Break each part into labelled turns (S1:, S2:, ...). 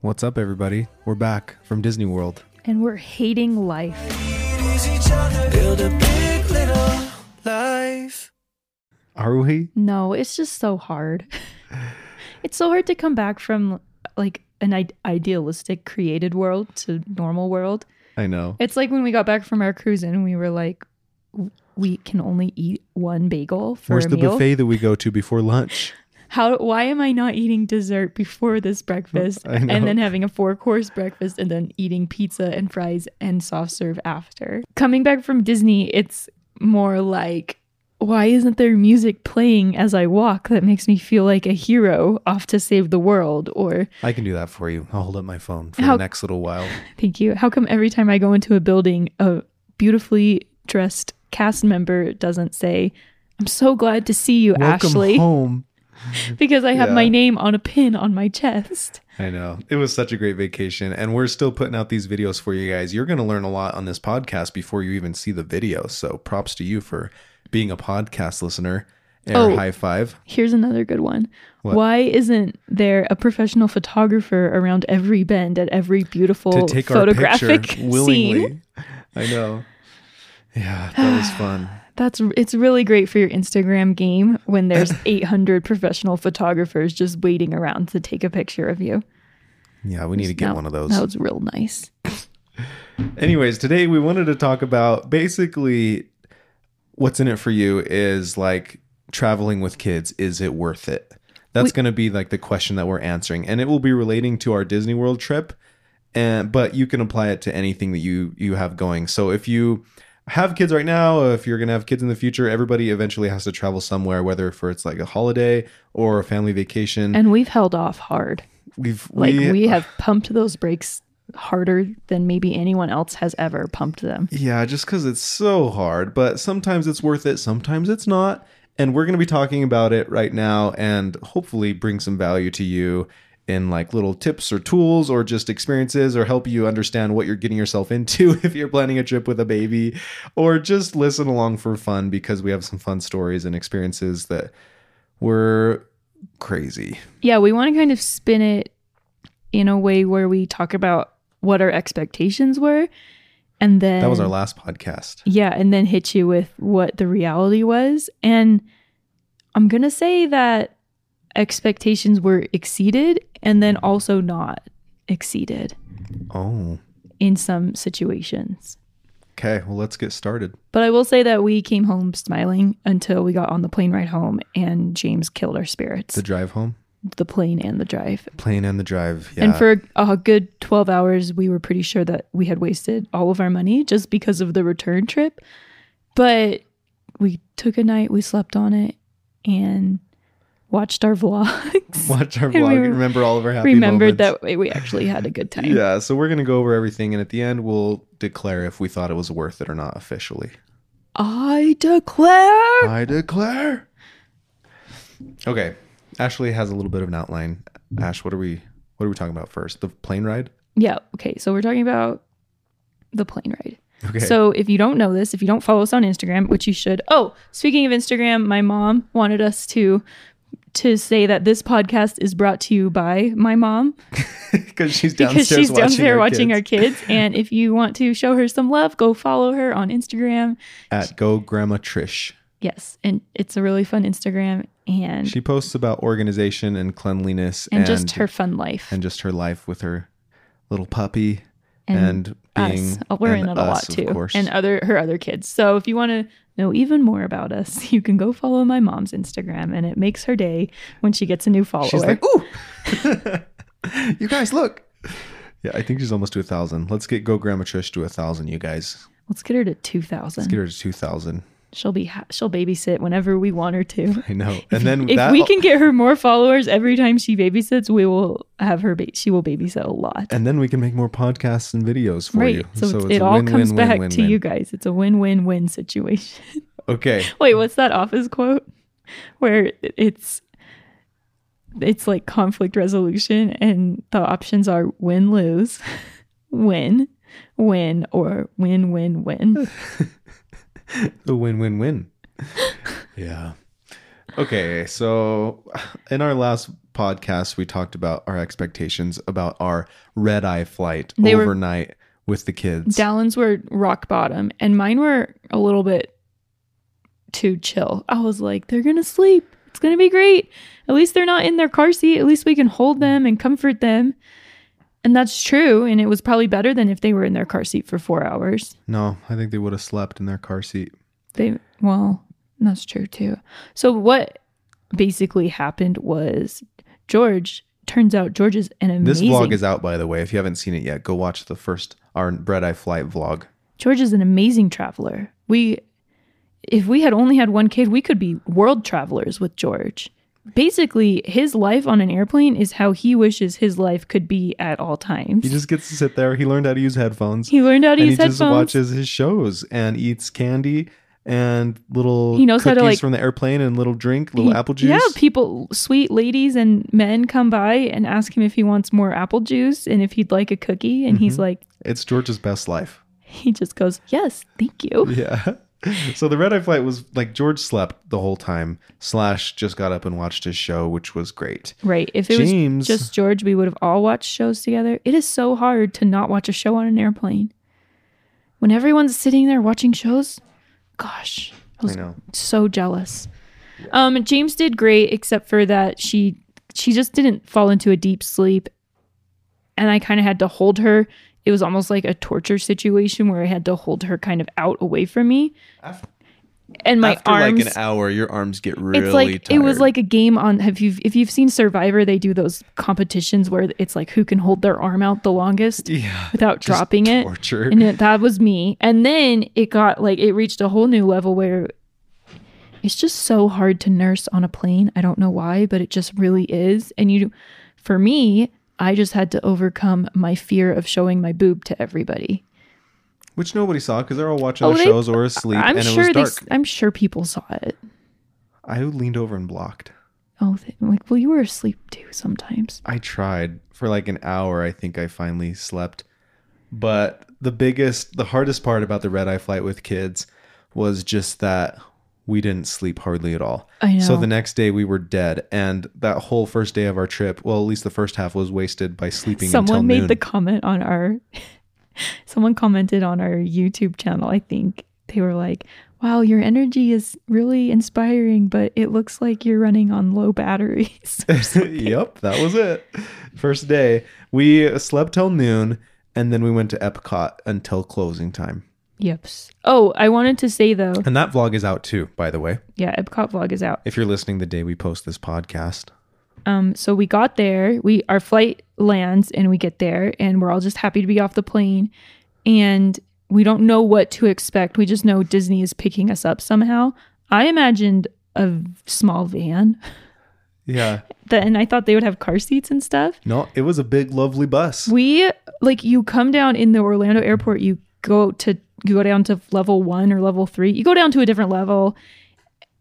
S1: What's up, everybody? We're back from Disney World.
S2: and we're hating life.
S3: use each other, build a big little life.
S1: Are we?
S2: No, it's just so hard. it's so hard to come back from like an I- idealistic created world to normal world.
S1: I know.
S2: It's like when we got back from our cruise and we were like, w- we can only eat one bagel for
S1: Where's
S2: a
S1: the
S2: meal.
S1: buffet that we go to before lunch?
S2: How? Why am I not eating dessert before this breakfast
S1: I know.
S2: and then having a four course breakfast and then eating pizza and fries and soft serve after? Coming back from Disney, it's more like, why isn't there music playing as I walk that makes me feel like a hero off to save the world? Or
S1: I can do that for you. I'll hold up my phone for
S2: How-
S1: the next little while.
S2: thank you. How come every time I go into a building, a beautifully dressed cast member doesn't say, I'm so glad to see you,
S1: Welcome
S2: Ashley,
S1: home.
S2: because I have
S1: Yeah.
S2: my name on a pin on my chest.
S1: I know. It was such a great vacation. And we're still putting out these videos for you guys. You're going to learn a lot on this podcast before you even see the video. So props to you for being a podcast listener. Air
S2: Oh.
S1: high five.
S2: Here's another good one.
S1: What?
S2: Why isn't there a professional photographer around every bend at every beautiful
S1: to take our
S2: photographic
S1: picture
S2: scene?
S1: willingly. I know. Yeah, that was fun.
S2: That's it's really great for your Instagram game when there's 800 professional photographers just waiting around to take a picture of you.
S1: Yeah, we need to get
S2: That-
S1: one of those.
S2: That was real nice.
S1: Anyways, today we wanted to talk about basically what's in it for you is like traveling with kids. Is it worth it? That's going to be like the question that we're answering, and it will be relating to our Disney World trip. And but you can apply it to anything that you you have going. So if you have kids right now, if you're going to have kids in the future, everybody eventually has to travel somewhere, whether for it's like a holiday or a family vacation.
S2: And we've held off hard.
S1: we've
S2: Like we have pumped those brakes harder than maybe anyone else has ever pumped them.
S1: Yeah, just because it's so hard, but sometimes it's worth it, sometimes it's not. And we're going to be talking about it right now and hopefully bring some value to you in like little tips or tools or just experiences or help you understand what you're getting yourself into if you're planning a trip with a baby or just listen along for fun because we have some fun stories and experiences that were crazy.
S2: Yeah, we want to kind of spin it in a way where we talk about what our expectations were and then
S1: That was our last podcast.
S2: Yeah, and then hit you with what the reality was. And I'm going to say that expectations were exceeded and then also not exceeded
S1: Oh,
S2: in some situations.
S1: okay. Well, let's get started.
S2: But I will say that we came home smiling until we got on the plane ride home and James killed our spirits.
S1: The
S2: The,
S1: drive home,
S2: plane and the drive.
S1: plane, and the drive. Yeah.
S2: And for a good 12 hours, we were pretty sure that we had wasted all of our money just because of the return trip. But we took a night, we slept on it, and watched our vlogs.
S1: watch our
S2: And we
S1: vlog
S2: re-
S1: and remember all of our happy
S2: Remembered
S1: moments.
S2: that we actually had a good time.
S1: yeah so we're gonna go over everything and at the end we'll declare if we thought it was worth it or not officially
S2: I declare.
S1: i declare okay ashley has a little bit of an outline ash what are we what are we talking about first the plane ride
S2: Yeah. Okay. So we're talking about the plane ride.
S1: okay
S2: So if you don't know this, if you don't follow us on Instagram, which you should. Oh, speaking of Instagram, my mom wanted us to to say that this podcast is brought to you by my mom
S1: because she's downstairs
S2: because she's
S1: watching,
S2: downstairs
S1: our,
S2: watching
S1: kids
S2: our kids. And if you want to show her some love, go follow her on Instagram.
S1: at go grandma trish
S2: Yes, and it's a really fun Instagram and
S1: she posts about organization and cleanliness
S2: and, just her fun life.
S1: and just her life with her little puppy
S2: And
S1: and, being
S2: us. Oh, We're
S1: and
S2: in it a
S1: us,
S2: lot
S1: of
S2: too,
S1: course.
S2: and other her other kids. So if you want to know even more about us, you can go follow my mom's Instagram, and it makes her day when she gets a new follower.
S1: She's like, ooh,
S2: eh?
S1: you guys look. Yeah, I think she's almost to a thousand. Let's get Go Grandma Trish to a thousand, you guys.
S2: Let's get her to two
S1: Let's get
S2: thousand.
S1: her to two thousand.
S2: She'll be ha- she'll babysit whenever we want her to.
S1: I know. And then
S2: If
S1: that
S2: we can get her more followers every time she babysits, we will have her. Ba- she will babysit a lot.
S1: and then we can make more podcasts and videos for
S2: right.
S1: you.
S2: So, it's,
S1: a
S2: it all
S1: win,
S2: comes
S1: win, win,
S2: back
S1: win,
S2: to
S1: win.
S2: you guys. It's a win-win-win situation.
S1: Okay.
S2: Wait, what's that office quote where it's it's like conflict resolution and the options are win lose, win, win or win win win.
S1: The win win win. yeah. Okay, so in our last podcast we talked about our expectations about our red eye flight
S2: They were-
S1: overnight with the kids.
S2: Dallin's were rock bottom and mine were a little bit too chill. I was like, they're going to sleep. It's going to be great. At least they're not in their car seat. At least we can hold them and comfort them. And that's true. And it was probably better than if they were in their car seat for four hours.
S1: No, I think they would have slept in their car seat.
S2: They well, that's true too. So what basically happened was George turns out George is an amazing
S1: This vlog is out by the way. If you haven't seen it yet, go watch the first our red eye flight vlog.
S2: George is an amazing traveler. We if we had only had one kid, we could be world travelers with George. Basically, his life on an airplane is how he wishes his life could be at all times.
S1: He just gets to sit there. He learned how to use headphones.
S2: He learned how to
S1: and
S2: use
S1: he
S2: headphones.
S1: just watches his shows and eats candy and little
S2: He knows how
S1: cookies
S2: to, like-
S1: from the airplane and little drink, little
S2: He-
S1: apple juice.
S2: Yeah, people, sweet ladies and men come by and ask him if he wants more apple juice and if he'd like a cookie. And
S1: Mm-hmm.
S2: he's like,
S1: It's George's best life.
S2: he just goes, yes, thank you.
S1: Yeah. So the red eye flight was like George slept the whole time, slash just got up and watched his show, which was great.
S2: Right. If it
S1: James-
S2: was just George, we would have all watched shows together. It is so hard to not watch a show on an airplane. When everyone's sitting there watching shows, gosh, I was
S1: I know.
S2: so jealous. Um, James did great, except for that she she just didn't fall into a deep sleep, and I kind of had to hold her. It was almost like a torture situation where I had to hold her kind of out away from me,
S1: After,
S2: and my arms.
S1: like an hour, your arms get really
S2: it's like
S1: tired.
S2: it was like a game on. Have you if you've seen Survivor, they do those competitions where it's like who can hold their arm out the longest
S1: yeah,
S2: without
S1: just
S2: dropping it.
S1: torture.
S2: And it, that was me. And then it got like it reached a whole new level where it's just so hard to nurse on a plane. I don't know why, but it just really is. And you, for me, I just had to overcome my fear of showing my boob to everybody.
S1: Which nobody saw because they're all watching
S2: Oh,
S1: the
S2: they-
S1: shows or asleep,
S2: I'm
S1: and
S2: sure
S1: it
S2: they.
S1: was
S2: s-
S1: dark.
S2: I'm sure people saw it.
S1: I leaned over and blocked.
S2: Oh, they, like well, you were asleep too sometimes.
S1: I tried for like an hour. I think I finally slept. But the biggest, the hardest part about the red eye flight with kids was just that we didn't sleep hardly at all.
S2: I
S1: So
S2: know.
S1: the next day we were dead. And that whole first day of our trip, well, at least the first half was wasted by sleeping until
S2: someone made
S1: noon.
S2: the comment on our someone commented on our youtube channel i think they were like wow your energy is really inspiring but it looks like you're running on low batteries
S1: yep, that was it. First day. We slept till noon and then we went to Epcot until closing time.
S2: yeps oh i wanted to say though
S1: And that vlog is out too, by the way.
S2: yeah epcot vlog is out
S1: If you're listening the day we post this podcast.
S2: um so we got there we our flight lands and we get there and we're all just happy to be off the plane and we don't know what to expect we just know disney is picking us up somehow i imagined a small van
S1: Yeah.
S2: that and I thought they would have car seats and stuff.
S1: No, it was a big, lovely bus.
S2: We like you come down in the Orlando airport, you go to you go down to level 1 or level 3. You go down to a different level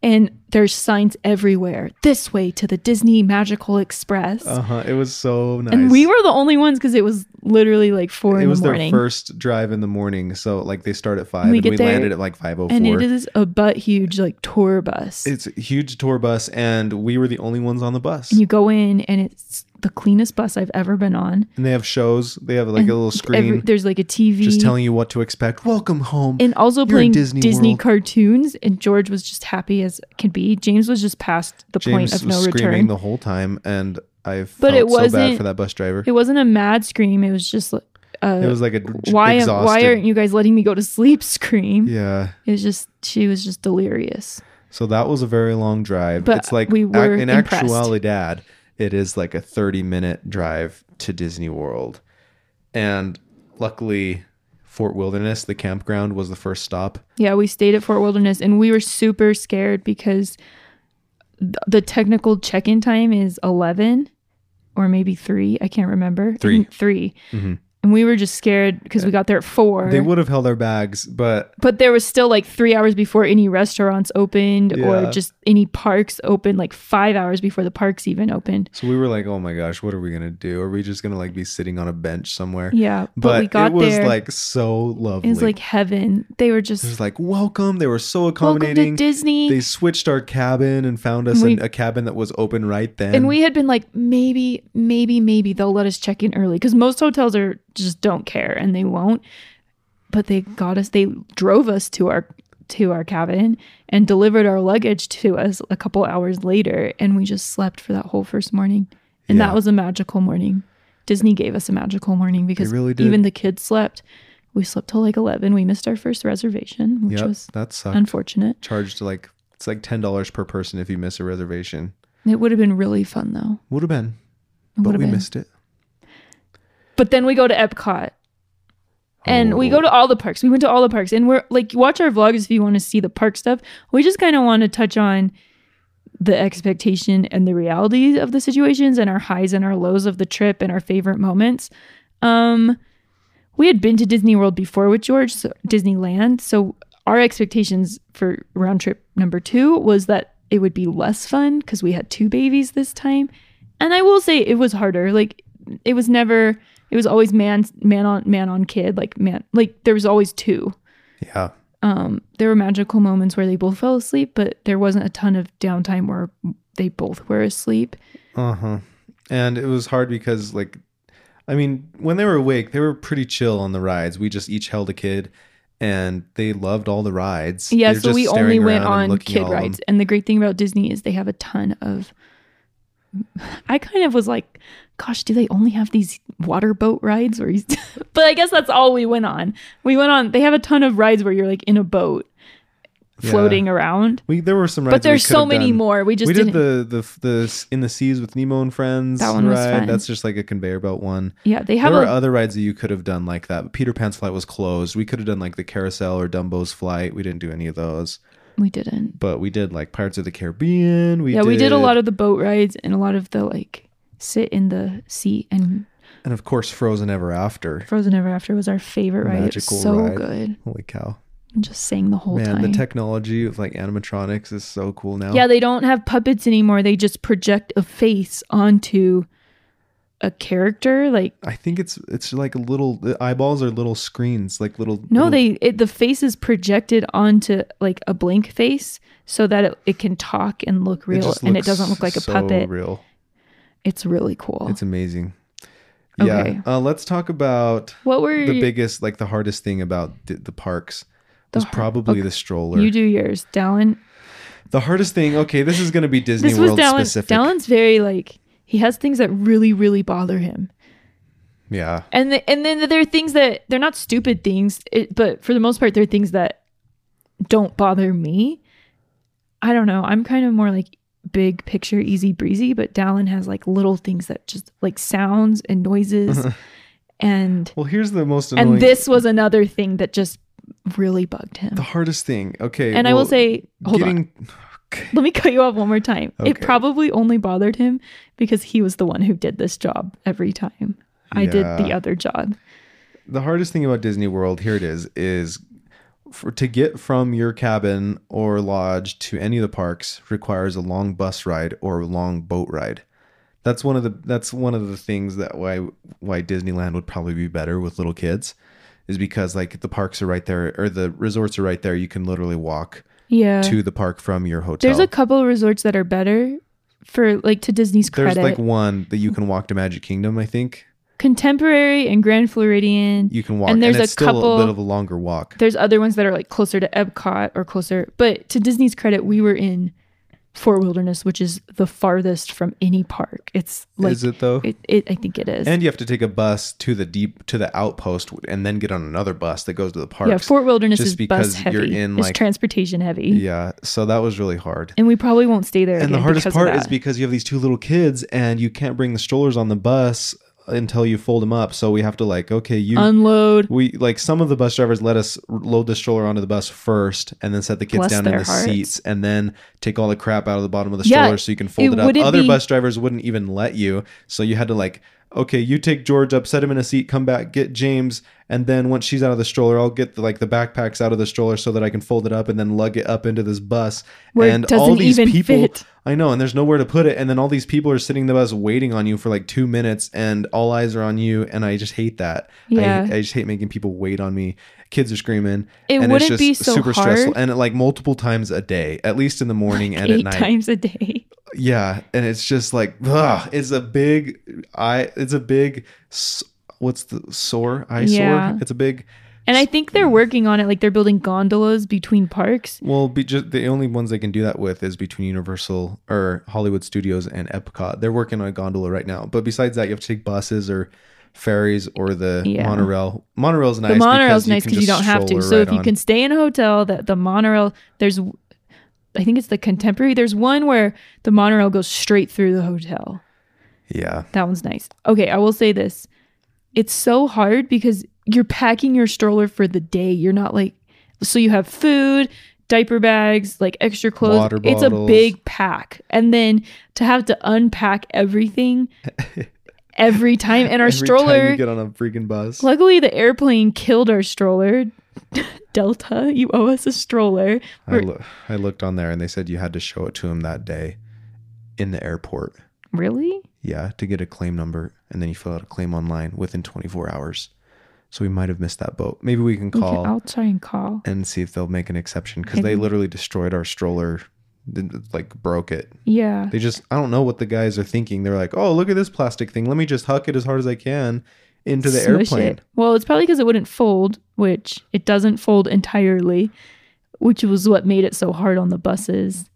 S2: and there's signs everywhere. This way to the Disney Magical Express.
S1: Uh huh. It was so nice.
S2: And we were the only ones because it was literally like four
S1: It
S2: in
S1: was
S2: the
S1: their
S2: morning,
S1: first drive in the morning, so like they start at five,
S2: We
S1: and
S2: get
S1: we
S2: there,
S1: landed at like five oh
S2: and it
S1: four.
S2: is a butt huge like tour bus.
S1: It's a huge tour bus, and we were the only ones on the bus.
S2: and you go in, and it's the cleanest bus I've ever been on.
S1: and they have shows. They have like a little screen,
S2: Every, there's like a TV.
S1: just telling you what to expect. Welcome home.
S2: and also
S1: You're in
S2: playing
S1: Disney
S2: Disney,
S1: World.
S2: cartoons. And George was just happy as can be. James was just past the
S1: James
S2: point of
S1: was
S2: no
S1: screaming
S2: return.
S1: the whole time, and I felt
S2: But it
S1: so bad
S2: wasn't-
S1: for that bus driver.
S2: it wasn't a mad scream. It was just like, uh,
S1: It was like a
S2: why
S1: exhausted.
S2: why aren't you guys letting me go to sleep? Scream.
S1: yeah.
S2: It was just she was just delirious.
S1: So that was a very long drive.
S2: But
S1: it's like
S2: we
S1: ac-
S2: were
S1: in
S2: impressed.
S1: actuality, Dad, it is like a 30 minute drive to Disney World. And luckily Fort Wilderness, the campground, was the first stop.
S2: Yeah, we stayed at Fort Wilderness and we were super scared because th- the technical check in time is 11 or maybe 3. I can't remember. I
S1: Three. Mm-hmm.
S2: think 3. And we were just scared because we got there at 4.
S1: They would have held our bags, but
S2: but there was still like three hours before any restaurants opened
S1: Yeah.
S2: or just any parks opened, like five hours before the parks even opened.
S1: so we were like, oh my gosh, what are we gonna do? Are we just gonna like be sitting on a bench somewhere?
S2: Yeah. But,
S1: but
S2: we got
S1: it was
S2: there.
S1: like so lovely.
S2: it was like heaven. They were
S1: it was
S2: just
S1: like welcome. They were so
S2: welcome to
S1: accommodating.
S2: Disney.
S1: They switched our cabin and found us
S2: We-
S1: in a cabin that was open right then.
S2: and we had been like maybe maybe maybe they'll let us check in early because most hotels are just don't care and they won't but they got us they drove us to our to our cabin and delivered our luggage to us a couple hours later and we just slept for that whole first morning and
S1: Yeah.
S2: that was a magical morning disney gave us a magical morning because
S1: really did.
S2: even the kids slept we slept till like 11 we missed our first reservation which
S1: yep,
S2: was
S1: that sucked.
S2: unfortunate
S1: Charged like it's like ten dollars per person if you miss a reservation.
S2: it would have been really fun though
S1: Would have been,
S2: It
S1: but
S2: would've
S1: we
S2: been.
S1: missed it.
S2: But then we go to Epcot. And we go to all the parks. We went to all the parks. And we're like, watch our vlogs if you want to see the park stuff. We just kind of want to touch on the expectation and the realities of the situations and our highs and our lows of the trip and our favorite moments. Um, we had been to Disney World before with George, so Disneyland. So our expectations for round trip number two was that it would be less fun because we had two babies this time. And I will say it was harder. Like it was never. It was always man man on man on kid. Like man, like there was always two.
S1: Yeah,
S2: Um, there were magical moments where they both fell asleep, but there wasn't a ton of downtime where they both were asleep.
S1: Uh huh. And it was hard because, like, I mean, when they were awake, they were pretty chill on the rides. We just each held a kid, and they loved all the rides.
S2: Yeah,
S1: They're
S2: so
S1: just
S2: we
S1: staring
S2: only went
S1: around and
S2: on
S1: looking at all
S2: kid
S1: of them.
S2: rides. And the great thing about Disney is they have a ton of. I kind of was like, gosh, do they only have these water boat rides? Where you... but I guess that's all we went on. We went on, they have a ton of rides where you're like in a boat
S1: Yeah.
S2: floating around.
S1: We there were some rides,
S2: But
S1: we
S2: there's
S1: could
S2: so
S1: have
S2: many
S1: done.
S2: more. We just
S1: we
S2: didn't.
S1: did the, the the in the seas with Nemo and friends.
S2: That one was
S1: ride.
S2: fun.
S1: That's just like a conveyor belt one.
S2: yeah, they
S1: There
S2: have
S1: were
S2: a
S1: other rides that you could have done like that. Peter Pan's flight was closed. We could have done like the carousel or Dumbo's flight. We didn't do any of those,
S2: we didn't.
S1: but we did like Pirates of the Caribbean. We
S2: yeah,
S1: did,
S2: we did a lot of the boat rides and a lot of the like sit in the seat and
S1: and of course Frozen Ever After.
S2: Frozen Ever After was our favorite ride. It was
S1: Magical
S2: so
S1: ride.
S2: good.
S1: Holy cow!
S2: And just sang the whole
S1: Man,
S2: time.
S1: the technology of like animatronics is so cool now.
S2: Yeah, they don't have puppets anymore. They just project a face onto a character. Like
S1: I think it's it's like little the eyeballs are little screens, like little.
S2: no,
S1: little-
S2: they it, the face is projected onto like a blank face so that it, it can talk and look real,
S1: just
S2: and it
S1: looks
S2: doesn't look like a
S1: so
S2: puppet.
S1: Real,
S2: It's really cool.
S1: it's amazing.
S2: Okay.
S1: Yeah, uh, let's talk about
S2: what were
S1: the biggest, like the hardest thing about the, the parks was
S2: har-
S1: probably the stroller.
S2: you do yours, Dallin?
S1: the hardest thing. Okay, this is going to be Disney
S2: This was
S1: World
S2: Dallin.
S1: specific.
S2: Dallin's very like he has things that really really bother him.
S1: Yeah,
S2: and the, and then there are things that they're not stupid things, it, but for the most part, they're things that don't bother me. I don't know. I'm kind of more like big picture, easy breezy, but Dallin has like little things that just like sounds and noises, and
S1: Well, here's the most annoying.
S2: and this was another thing that just really bugged him.
S1: the hardest thing. Okay,
S2: And I
S1: well,
S2: will say, hold on.
S1: getting,
S2: Let me cut you off one more time. It
S1: Okay.
S2: probably only bothered him because he was the one who did this job every time. I did the
S1: Yeah.
S2: other job.
S1: the hardest thing about Disney World, here it is, is for, to get from your cabin or lodge to any of the parks requires a long bus ride or a long boat ride. That's one of the that's one of the things that why why Disneyland would probably be better with little kids is because like the parks are right there or the resorts are right there. You can literally walk
S2: Yeah.
S1: to the park from your hotel.
S2: There's a couple of resorts that are better for like to Disney's
S1: There's
S2: credit.
S1: like one that you can walk to Magic Kingdom, I think.
S2: Contemporary and Grand Floridian.
S1: You can walk
S2: And
S1: and,
S2: there's a
S1: it's still
S2: couple-
S1: a bit of a longer walk.
S2: There's other ones that are like closer to Epcot or closer. But to Disney's credit, we were in Fort Wilderness, which is the farthest from any park. It's like
S1: is it though?
S2: It, it, I think it is.
S1: And you have to take a bus to the deep to the outpost and then get on another bus that goes to the park.
S2: yeah, Fort Wilderness
S1: just
S2: is
S1: because
S2: bus heavy.
S1: you're in,
S2: it's
S1: like-
S2: transportation heavy.
S1: Yeah, so that was really hard.
S2: And we probably won't stay there.
S1: And
S2: again
S1: the hardest
S2: because of
S1: part is
S2: that.
S1: because you have these two little kids and you can't bring the strollers on the bus until you fold them up. So we have to like, okay, you
S2: Unload.
S1: we like some of the bus drivers let us load the stroller onto the bus first and then set the kids
S2: Bless
S1: down in
S2: their
S1: the
S2: hearts.
S1: seats and then take all the crap out of the bottom of the
S2: Yeah,
S1: stroller so you can fold
S2: it
S1: it, up.
S2: wouldn't
S1: Other
S2: be-
S1: bus drivers wouldn't even let you. So you had to like, okay, you take George up, set him in a seat, come back, get James, and then once she's out of the stroller, I'll get the, like the backpacks out of the stroller so that I can fold it up and then lug it up into this bus.
S2: Where it
S1: and
S2: doesn't even
S1: people
S2: fit.
S1: I know, and there's nowhere to put it. And then all these people are sitting in the bus waiting on you for like two minutes, and all eyes are on you. And I just hate that.
S2: Yeah.
S1: I, I just hate making people wait on me. Kids are screaming.
S2: It
S1: and
S2: wouldn't be so hard.
S1: And like multiple times a day, at least in the morning and at
S2: Eight
S1: night.
S2: times a day.
S1: Yeah. And it's just like, ugh, it's a big, I, it's a big, s- what's the sore? Eye
S2: Yeah.
S1: sore? It's a big,
S2: And I think
S1: Hmm.
S2: they're working on it. Like they're building gondolas between parks.
S1: well, be just the only ones they can do that with is between Universal or Hollywood Studios and Epcot. They're working on a gondola right now. But besides that, you have to take buses or ferries or the
S2: Yeah.
S1: monorail. Monorail's nice.
S2: the monorail's
S1: because
S2: nice
S1: can
S2: because you
S1: just
S2: don't have to.
S1: stroller
S2: So
S1: right
S2: if you
S1: on.
S2: can stay in a hotel, that the monorail there's, I think it's the contemporary. There's one where the monorail goes straight through the hotel.
S1: Yeah.
S2: That one's nice. Okay, I will say this. It's so hard because you're packing your stroller for the day. You're not like so you have food, diaper bags, like extra clothes.
S1: Water
S2: it's a
S1: bottles.
S2: big pack. And then to have to unpack everything every time and our
S1: Every
S2: stroller
S1: time you get on a freaking bus.
S2: Luckily, the airplane killed our stroller. Delta, you owe us a stroller.
S1: I, loo- I looked on there and they said you had to show it to him that day in the airport.
S2: Really?
S1: Yeah, to get a claim number. And then you fill out a claim online within 24 hours. So we might have missed that boat. Maybe we can
S2: Okay,
S1: call
S2: I'll try and call.
S1: and see if they'll make an exception because they
S2: Maybe.
S1: literally destroyed our stroller, did- like broke it.
S2: Yeah.
S1: They just, I don't know what the guys are thinking. They're like, oh, look at this plastic thing. Let me just huck it as hard as I can into the
S2: Smush
S1: airplane.
S2: It. Well, it's probably because it wouldn't fold, which it doesn't fold entirely, which was what made it so hard on the buses.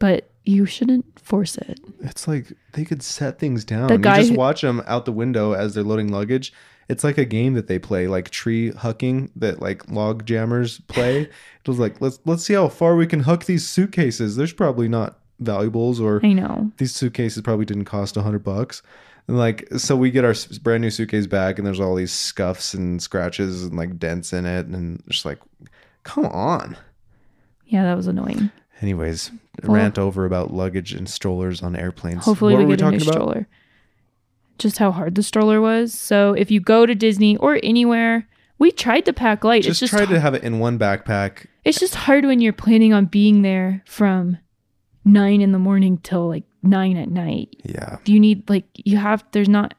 S2: But you shouldn't force it.
S1: It's like they could set things down.
S2: The guy
S1: you just
S2: who-
S1: watch them out the window as they're loading luggage. It's like a game that they play, like tree hucking that like log jammers play. it was like let's let's see how far we can huck these suitcases. There's probably not valuables or
S2: I know.
S1: these suitcases probably didn't cost a hundred bucks. And like so we get our s- brand new suitcase back and there's all these scuffs and scratches and like dents in it and just like come on.
S2: Yeah, that was annoying.
S1: Anyways,
S2: Well-
S1: rant over about luggage and strollers on airplanes.
S2: Hopefully,
S1: What
S2: we
S1: were
S2: get a new stroller. Just how hard the stroller was. So, if you go to Disney or anywhere, we tried to pack light.
S1: just,
S2: it's just
S1: try to have it in one backpack.
S2: It's just hard when you're planning on being there from nine in the morning till like nine at night.
S1: Yeah.
S2: You need like you have there's not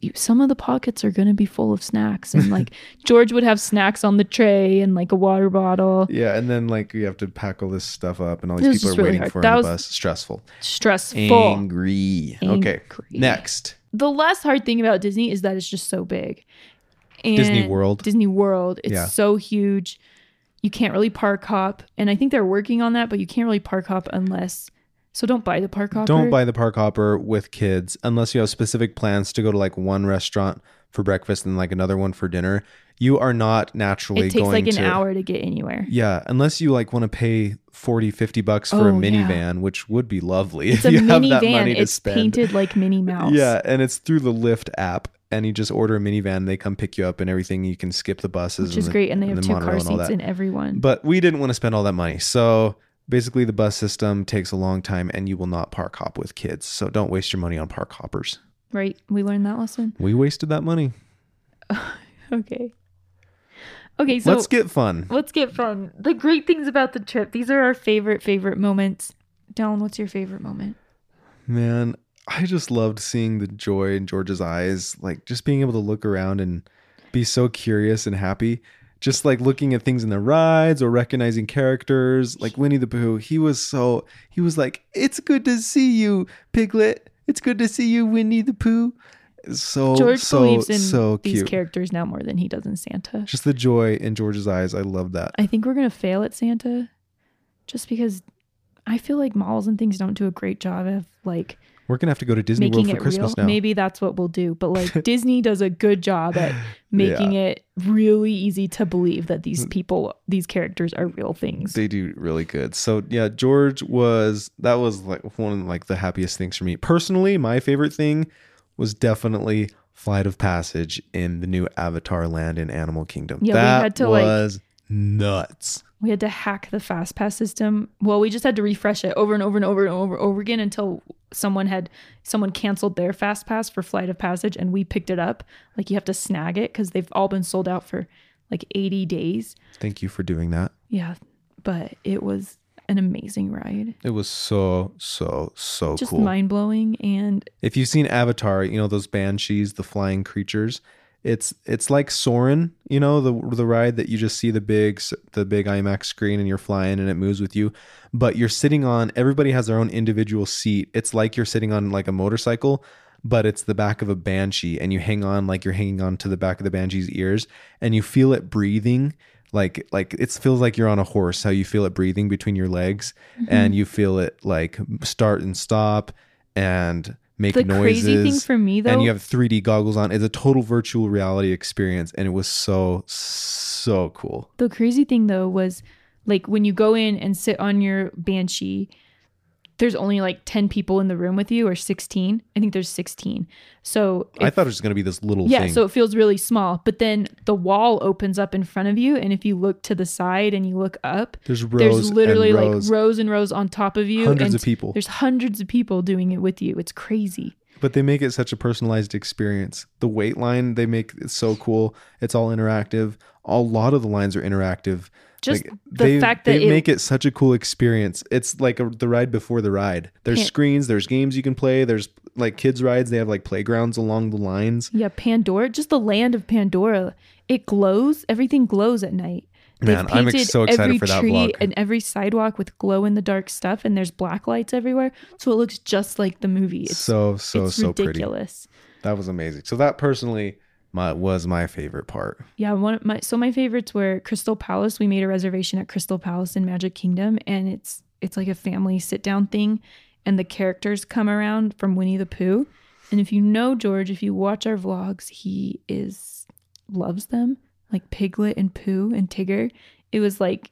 S2: you, some of the pockets are gonna be full of snacks and like George would have snacks on the tray and like a water bottle.
S1: Yeah, and then like you have to pack all this stuff up, and all
S2: This
S1: these
S2: is
S1: people are
S2: really
S1: waiting
S2: hard.
S1: for
S2: That
S1: on
S2: was
S1: the bus. Stressful.
S2: Stressful.
S1: Angry. Okay.
S2: Angry.
S1: Next.
S2: The less hard thing about Disney is that it's just so big. And
S1: Disney World.
S2: Disney World. It's
S1: Yeah.
S2: so huge. You can't really park hop, and I think they're working on that, but you can't really park hop unless. So don't buy the park hopper.
S1: Don't buy the park hopper with kids unless you have specific plans to go to like one restaurant for breakfast and like another one for dinner. You are not naturally
S2: it takes
S1: going
S2: like an
S1: to
S2: hour to get anywhere.
S1: Yeah, unless you like want to pay 40, 50 bucks for a
S2: Oh, yeah.
S1: minivan, which would be lovely if
S2: It's a
S1: you have
S2: mini
S1: that
S2: van.
S1: money to
S2: It's
S1: spend.
S2: painted like Minnie Mouse.
S1: Yeah, and it's through the Lyft app, and you just order a minivan. They come pick you up and everything. You can skip the buses,
S2: which is
S1: the-
S2: great, and they have
S1: the
S2: two
S1: monorail
S2: car
S1: and all
S2: seats
S1: that.
S2: in every one.
S1: But we didn't want to spend all that money, so basically the bus system takes a long time, and you will not park hop with kids. So don't waste your money on park hoppers.
S2: right? We learned that lesson.
S1: We wasted that money.
S2: Okay. Okay, so
S1: Let's get fun.
S2: let's get fun. The great things about the trip. These are our favorite favorite moments. Dylan, what's your favorite moment?
S1: Man, I just loved seeing the joy in George's eyes, like just being able to look around and be so curious and happy. Just like looking at things in the rides or recognizing characters, like Winnie the Pooh, he was so he was like, "It's good to see you, Piglet. It's good to see you, Winnie the Pooh." So
S2: George
S1: Oh, so
S2: believes in
S1: so
S2: these
S1: cute.
S2: characters now more than he does in Santa.
S1: Just the joy in George's eyes. I love that.
S2: I think we're gonna fail at Santa, just because I feel like malls and things don't do a great job of like
S1: We're gonna have to go to Disney World for Christmas now.
S2: real. Maybe that's what we'll do. But like Disney does a good job at making it really easy to believe that
S1: Mm.
S2: these people, these characters are real things.
S1: They do really good. So yeah, George was that was like one of like the happiest things for me. Personally, my favorite thing was definitely flight of passage in the new Avatar land in Animal Kingdom.
S2: Yeah, we
S1: that
S2: had to, like-
S1: was nuts.
S2: We had to hack the fast pass system. Well, we just had to refresh it over and over and over and over over again until someone had someone canceled their fast pass for Flight of Passage and we picked it up. Like you have to snag it because they've all been sold out for like 80 days.
S1: Thank you for doing that.
S2: Yeah, but it was an amazing ride.
S1: It was so so so
S2: Just
S1: cool.
S2: mind blowing and
S1: if you've seen Avatar, you know those banshees, the flying creatures. It's it's like Soren, you know the the ride that you just see the big s- the big IMAX screen and you're flying and it moves with you, but you're sitting on. Everybody has their own individual seat. It's like you're sitting on like a motorcycle, but it's the back of a banshee, and you hang on like you're hanging on to the back of the banshee's ears, and you feel it breathing like like it feels like you're on a horse. How you feel it breathing between your legs, and you feel it like start and stop and make
S2: the
S1: noises.
S2: crazy thing for me though.
S1: and you have 3D goggles on. It's a total virtual reality experience, and it was so so cool.
S2: The crazy thing though was like when you go in and sit on your banshee, there's only like 10 people in the room with you or 16. I think there's 16. So
S1: I
S2: if-
S1: thought it was going to be this little
S2: yeah,
S1: thing.
S2: so it feels really small. But then the wall opens up in front of you and if you look to the side and you look up,
S1: there's rows
S2: there's literally
S1: and rows,
S2: like rows and rows on top of you
S1: hundreds
S2: and
S1: of people,
S2: there's hundreds of people doing it with you. It's crazy.
S1: but they make it such a personalized experience. The wait line they make it so cool. It's all interactive. A lot of the lines are interactive.
S2: Just
S1: Like,
S2: the
S1: they,
S2: fact that
S1: they
S2: it,
S1: make it such a cool experience. It's like a, the ride before the ride. There's
S2: Pan-
S1: screens, there's games you can play, there's like kids rides. They have like playgrounds along the lines.
S2: yeah, Pandora, just the land of Pandora. It glows, everything glows at night. They've
S1: Man, I'm ex-
S2: painted
S1: so excited
S2: every
S1: for that
S2: tree
S1: vlog.
S2: and every sidewalk with glow in the dark stuff, and there's black lights everywhere, so it looks just like the movie. It's
S1: so so
S2: it's
S1: so pretty.
S2: ridiculous.
S1: That was amazing. So that personally my, was my favorite part.
S2: Yeah, one of my so my favorites were Crystal Palace. We made a reservation at Crystal Palace in Magic Kingdom, and it's it's like a family sit down thing, and the characters come around from Winnie the Pooh, and if you know George, if you watch our vlogs, he is loves them like Piglet and Pooh and Tigger. It was like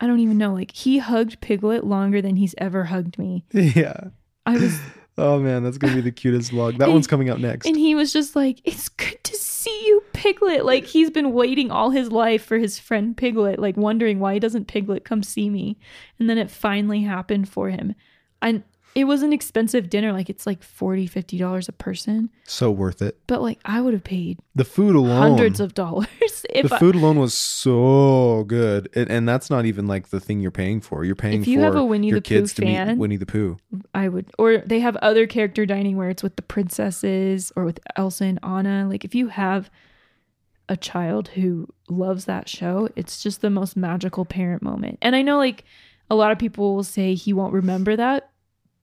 S2: I don't even know like he hugged Piglet longer than he's ever hugged me.
S1: Yeah.
S2: I was
S1: Oh man, that's gonna be the cutest vlog. That
S2: And-
S1: one's coming out next.
S2: And he was just like, It's good to see you, Piglet. Like, he's been waiting all his life for his friend Piglet, like, wondering why doesn't Piglet come see me? And then it finally happened for him. And it was an expensive dinner. Like, it's like $40, $50 a person.
S1: so worth it.
S2: But, like, I would have paid
S1: The food alone.
S2: hundreds of dollars if
S1: the
S2: I-
S1: food alone was so good, and, and that's not even like the thing you're paying for. You're paying
S2: If you
S1: for
S2: have a Winnie
S1: your
S2: the Pooh
S1: kids to meet
S2: fan-
S1: Winnie the Pooh.
S2: I would. Or they have other character dining where it's with the princesses or with Elsa and Anna. Like, if you have a child who loves that show, it's just the most magical parent moment. And I know, like, a lot of people will say he won't remember that,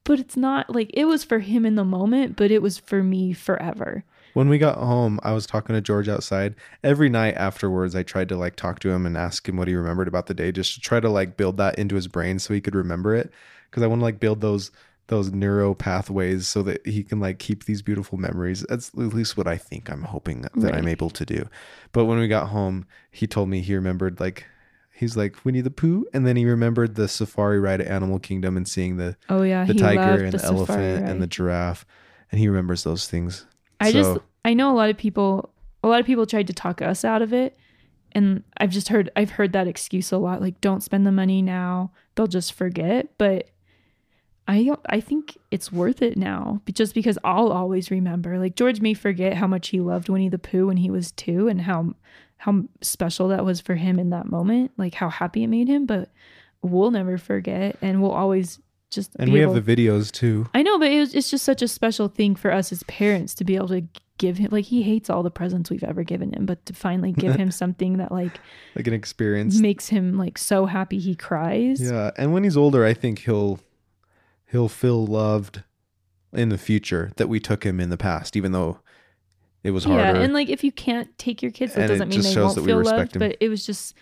S2: but it's not like it was for him in the moment, but it was for me forever.
S1: When we got home, I was talking to George outside. Every night afterwards, I tried to like talk to him and ask him what he remembered about the day, just to try to like build that into his brain so he could remember it. Because I want to like build those those neuro pathways so that he can like keep these beautiful memories. That's at least what I think I'm hoping that I'm
S2: Right.
S1: able to do. But when we got home, he told me he remembered like he's like Winnie the Pooh, and then he remembered the safari ride at Animal Kingdom and seeing the
S2: Oh, yeah.
S1: the
S2: he loved
S1: tiger and the,
S2: safari
S1: elephant and the
S2: ride.
S1: giraffe, and he remembers those things.
S2: I just
S1: So-
S2: I know a lot of people a lot of people tried to talk us out of it and I've just heard I've heard that excuse a lot like don't spend the money now they'll just forget but I don't- I think it's worth it now be- just because I'll always remember like George may forget how much he loved Winnie the Pooh when he was 2 and how how special that was for him in that moment like how happy it made him but we'll never forget and we'll always just
S1: And
S2: be
S1: we
S2: able-
S1: have the videos too.
S2: I know, but it was, it's just such a special thing for us as parents to be able to give him. Like he hates all the presents we've ever given him, but to finally give him something that like
S1: like an experience.
S2: makes him like so happy he cries.
S1: Yeah, and when he's older, I think he'll he'll feel loved in the future that we took him in the past, even though it was
S2: Yeah,
S1: harder.
S2: and like if you can't take your kids, that
S1: And it
S2: doesn't mean
S1: just
S2: they
S1: shows
S2: won't
S1: that we
S2: feel
S1: respect
S2: loved.
S1: him.
S2: But it was just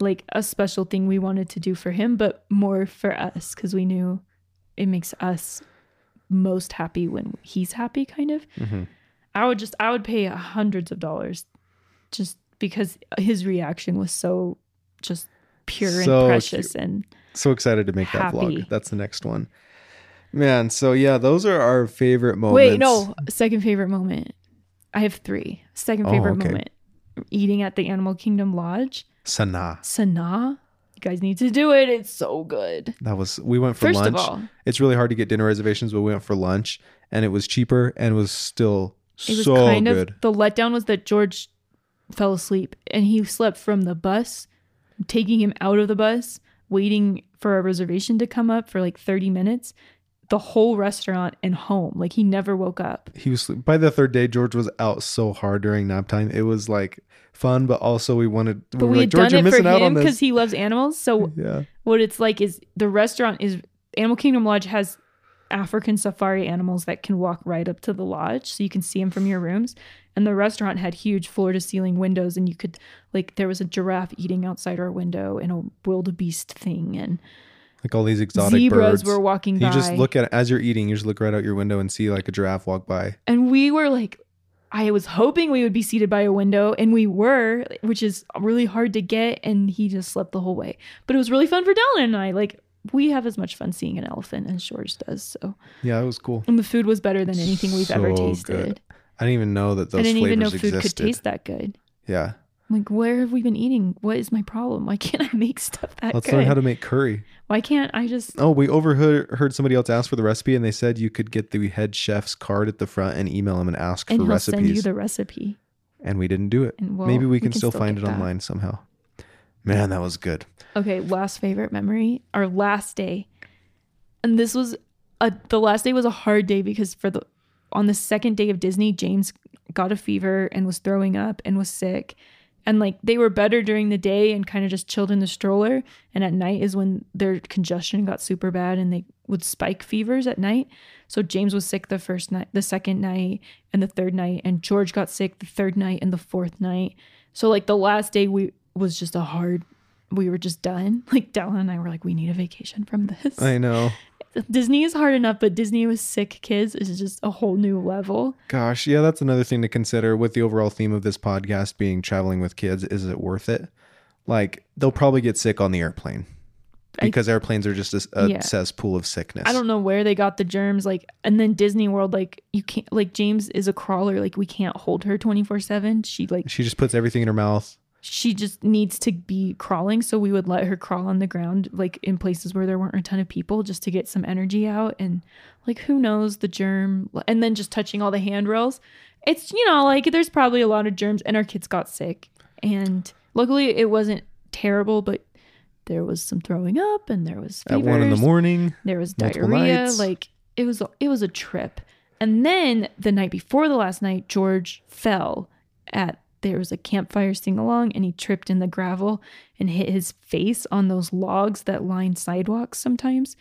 S2: like a special thing we wanted to do for him, but more for us because we knew it makes us most happy when he's happy. Kind of.
S1: Mhm.
S2: I would just I would pay hundreds of dollars just because his reaction was so just pure
S1: So
S2: and precious and
S1: so excited to make that
S2: Happy.
S1: vlog. That's the next one. Man, so yeah, those are our favorite moments.
S2: wait no second favorite moment I have three. Second
S1: Oh,
S2: favorite
S1: okay.
S2: moment eating at the Animal Kingdom Lodge.
S1: Sanaa.
S2: Sanaa. You guys need to do it. It's so good.
S1: That was we went for
S2: First
S1: lunch.
S2: of all,
S1: It's really hard to get dinner reservations, but we went for lunch and it was cheaper and was still
S2: it was
S1: so
S2: kind
S1: good.
S2: of the letdown was that George fell asleep and he slept from the bus, taking him out of the bus, waiting for a reservation to come up for like 30 minutes, the whole restaurant and home. Like he never woke up.
S1: he was by the third day george was out so hard during nap time it was like fun but also we wanted
S2: But
S1: were
S2: we
S1: like,
S2: had
S1: george
S2: done
S1: you're
S2: it for
S1: missing out on
S2: him because
S1: this
S2: he loves animals. So
S1: yeah
S2: what it's like is the restaurant is Animal Kingdom Lodge has African safari animals that can walk right up to the lodge, so you can see them from your rooms. And the restaurant had huge floor to ceiling windows, and you could like there was a giraffe eating outside our window and a wildebeest thing, and
S1: like all these exotic
S2: zebras
S1: birds
S2: were walking by.
S1: you just look at as you're eating you just look right out your window and see like a giraffe walk by
S2: and we were like i was hoping we would be seated by a window and we were which is really hard to get and he just slept the whole way but it was really fun for dylan and i like we have as much fun seeing an elephant as shores does so
S1: yeah it was cool
S2: and the food was better than anything we've ever
S1: So
S2: tasted
S1: good. i didn't even know that those
S2: i didn't
S1: flavors
S2: even know food
S1: existed
S2: could taste that good
S1: yeah
S2: I'm like where have we been eating what is my problem why can't i make stuff that
S1: let's
S2: good
S1: learn how to make curry
S2: why can't i just
S1: oh we overheard heard somebody else ask for the recipe and they said you could get the head chef's card at the front and email him and ask
S2: and
S1: for
S2: he'll send you
S1: recipes
S2: the recipe
S1: and we didn't do it
S2: And well,
S1: maybe we
S2: we
S1: can,
S2: can
S1: still,
S2: still
S1: find it
S2: get that.
S1: online somehow man that was good
S2: Okay, last favorite memory, our last day. And this was a the last day was a hard day because for the on the second day of Disney, James got a fever and was throwing up and was sick. And like they were better during the day and kind of just chilled in the stroller. And at night is when their congestion got super bad and they would spike fevers at night. So James was sick the first night, the second night, and the third night. And George got sick the third night and the fourth night. So like the last day we was just a hard we were just done. Like Della and I were like, we need a vacation from this.
S1: I know.
S2: Disney is hard enough, but Disney with sick kids is just a whole new level.
S1: Gosh, yeah, that's another thing to consider with the overall theme of this podcast being traveling with kids. Is it worth it? Like, they'll probably get sick on the airplane
S2: I-
S1: because airplanes are just a, a
S2: Yeah.
S1: cesspool of sickness.
S2: I don't know where they got the germs, like, and then Disney World, like, you can't, like, James is a crawler, like, we can't hold her twenty four seven. She like,
S1: She just puts everything in her mouth.
S2: she just needs to be crawling, so we would let her crawl on the ground, like, in places where there weren't a ton of people, just to get some energy out, and like, who knows the germ, and then just touching all the handrails. It's you know, like, there's probably a lot of germs, and our kids got sick, and luckily it wasn't terrible, but. There was some throwing up, and there was
S1: At one in the
S2: fevers.
S1: morning,
S2: There was
S1: Multiple
S2: diarrhea.
S1: nights.
S2: Like it was it was a trip. And then the night before the last night, George fell at there was a campfire sing along and he tripped in the gravel and hit his face on those logs that line sidewalks sometimes.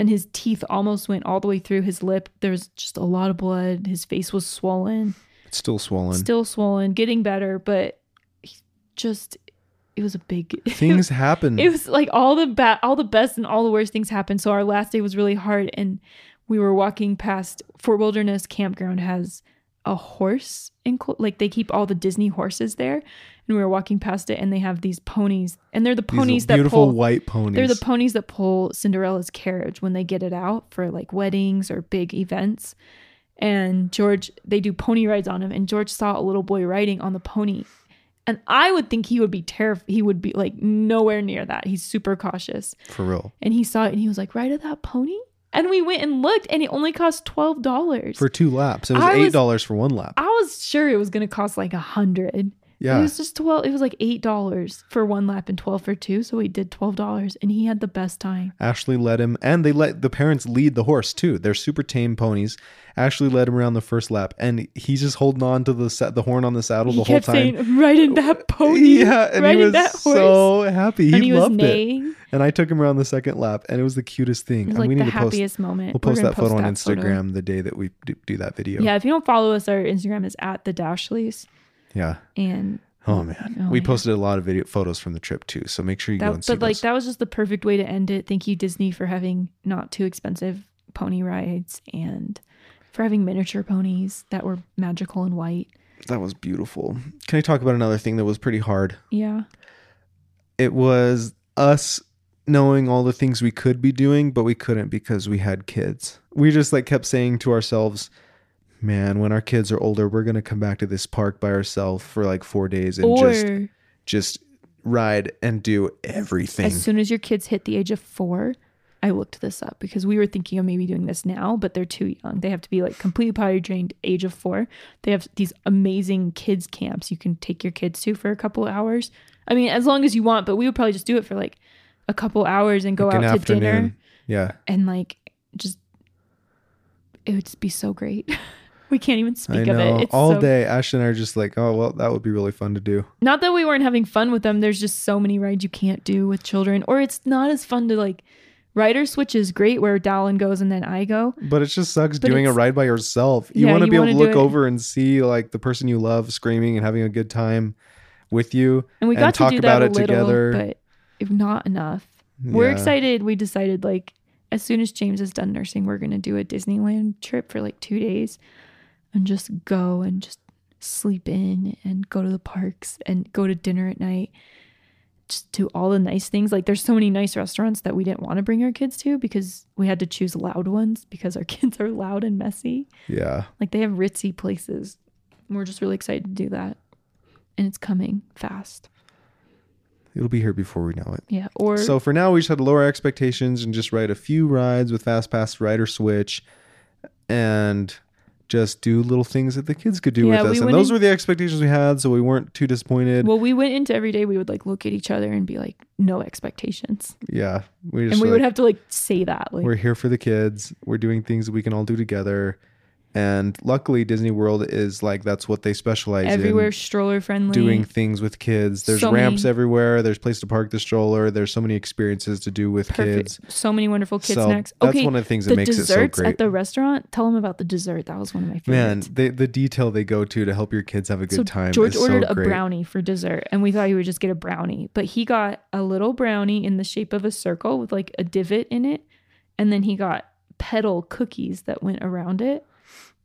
S2: And his teeth almost went all the way through his lip. There was just a lot of blood. His face was swollen,
S1: it's still swollen.
S2: still swollen, getting better, but he just it was a big
S1: Things happen.
S2: it was like all the bad all the best and all the worst things happened so our last day was really hard and we were walking past fort wilderness campground has a horse enclo- like they keep all the disney horses there and we were walking past it and they have these ponies and they're the
S1: These
S2: ponies that
S1: beautiful
S2: pull
S1: white ponies.
S2: they're the ponies that pull Cinderella's carriage when they get it out for like weddings or big events. And George, they do pony rides on him, and George saw a little boy riding on the pony. And I would think he would be terrified. He would be like nowhere near that. He's super cautious.
S1: for real.
S2: And he saw it and he was like, Ride at that pony? And we went and looked, and it only cost $12.
S1: For two laps, it was
S2: I was-
S1: eight dollars for one lap.
S2: I was sure it was going to cost like a hundred. It
S1: Yeah,
S2: was just 12. It was like $8 for one lap and 12 for two. So we did $12, and he had the best time.
S1: Ashley led him, and they let the parents lead the horse too. They're super tame ponies. Ashley led him around the first lap, and he's just holding on to the sa- the horn on the saddle the
S2: he
S1: whole
S2: kept
S1: time.
S2: saying, "Right in that pony,
S1: yeah, and
S2: right
S1: he
S2: in that
S1: was
S2: horse,"
S1: so happy. He,
S2: and he
S1: loved
S2: was
S1: it.
S2: neighing.
S1: And I took him around the second lap, and it was the cutest
S2: It
S1: thing.
S2: was
S1: And
S2: like
S1: we need
S2: the
S1: to post.
S2: happiest moment.
S1: We'll
S2: We're
S1: post
S2: gonna
S1: that photo on
S2: that photo.
S1: Instagram the day that we do, do that video.
S2: Yeah, if you don't follow us, our Instagram is at the Dashleys,
S1: Yeah.
S2: and
S1: Oh man,
S2: Oh,
S1: we
S2: man.
S1: posted a lot of video photos from the trip too. So make sure you go and
S2: that.
S1: see
S2: But like
S1: those.
S2: that was just the perfect way to end it. Thank you Disney for having not too expensive pony rides and for having miniature ponies that were magical and white.
S1: that was beautiful. Can I talk about another thing that was pretty hard?
S2: Yeah,
S1: it was us knowing all the things we could be doing but we couldn't because we had kids we just like kept saying to ourselves man, when our kids are older, we're gonna come back to this park by ourselves for like four days and
S2: or
S1: just just ride and do everything.
S2: as soon as your kids hit the age of four, I looked this up because we were thinking of maybe doing this now, but they're too young. They have to be like completely potty trained, age of four. They have these amazing kids camps you can take your kids to for a couple hours. I mean, as long as you want, but we would probably just do it for like a couple hours and go
S1: Like
S2: out
S1: an
S2: to dinner
S1: Yeah.
S2: and like just it would just be so great. we can't even speak
S1: I
S2: of
S1: know.
S2: it. It's
S1: All
S2: so
S1: day, Ash and I are just like, oh well, that would be really fun to do.
S2: not that we weren't having fun with them there's just so many rides you can't do with children or it's not as fun to like rider switch is great where Dallin goes and then i go
S1: But it just sucks
S2: But
S1: doing a
S2: it's-
S1: ride by yourself. You
S2: Yeah,
S1: want to
S2: you
S1: be able to
S2: wanna do
S1: look
S2: it-
S1: over and see like the person you love screaming and having a good time with you.
S2: and we
S1: And
S2: got
S1: talk
S2: to do
S1: about
S2: that a
S1: it
S2: little
S1: together.
S2: but if not enough we're
S1: Yeah.
S2: excited we decided like as soon as james is done nursing we're going to do a disneyland trip for like two days and just go and just sleep in and go to the parks and go to dinner at night just do all the nice things like there's so many nice restaurants that we didn't want to bring our kids to because we had to choose loud ones because our kids are loud and messy
S1: Yeah.
S2: like they have ritzy places and we're just really excited to do that and it's coming fast
S1: It'll be here before we know it.
S2: yeah or
S1: So for now, we just had to lower expectations and just ride a few rides with Fast Pass Rider Switch, and just do little things that the kids could do
S2: Yeah,
S1: with us.
S2: we
S1: And
S2: went
S1: those
S2: in-
S1: were the expectations we had, so we weren't too disappointed.
S2: Well, we went into every day. We would like look at each other and be like, no expectations,
S1: yeah, we just
S2: and we
S1: were
S2: would
S1: like,
S2: have to like say that. Like,
S1: we're here for the kids. We're doing things that we can all do together. And luckily, Disney World is like that's what they specialize in.
S2: everywhere stroller friendly.
S1: doing things with kids. There's
S2: So
S1: ramps
S2: many-
S1: everywhere. There's place to park the stroller. There's so many experiences to do with kids.
S2: perfect. So many wonderful kids
S1: So
S2: snacks.
S1: that's
S2: okay,
S1: one of the things that
S2: the
S1: makes it so
S2: desserts
S1: great.
S2: at the restaurant. Tell them about the dessert. That was one of my
S1: Man,
S2: favorites.
S1: they, the detail they go to to help your kids have a good
S2: so
S1: time.
S2: George
S1: is
S2: ordered
S1: so
S2: a
S1: great.
S2: brownie for dessert, and we thought he would just get a brownie, but he got a little brownie in the shape of a circle with like a divot in it, and then he got petal cookies that went around it,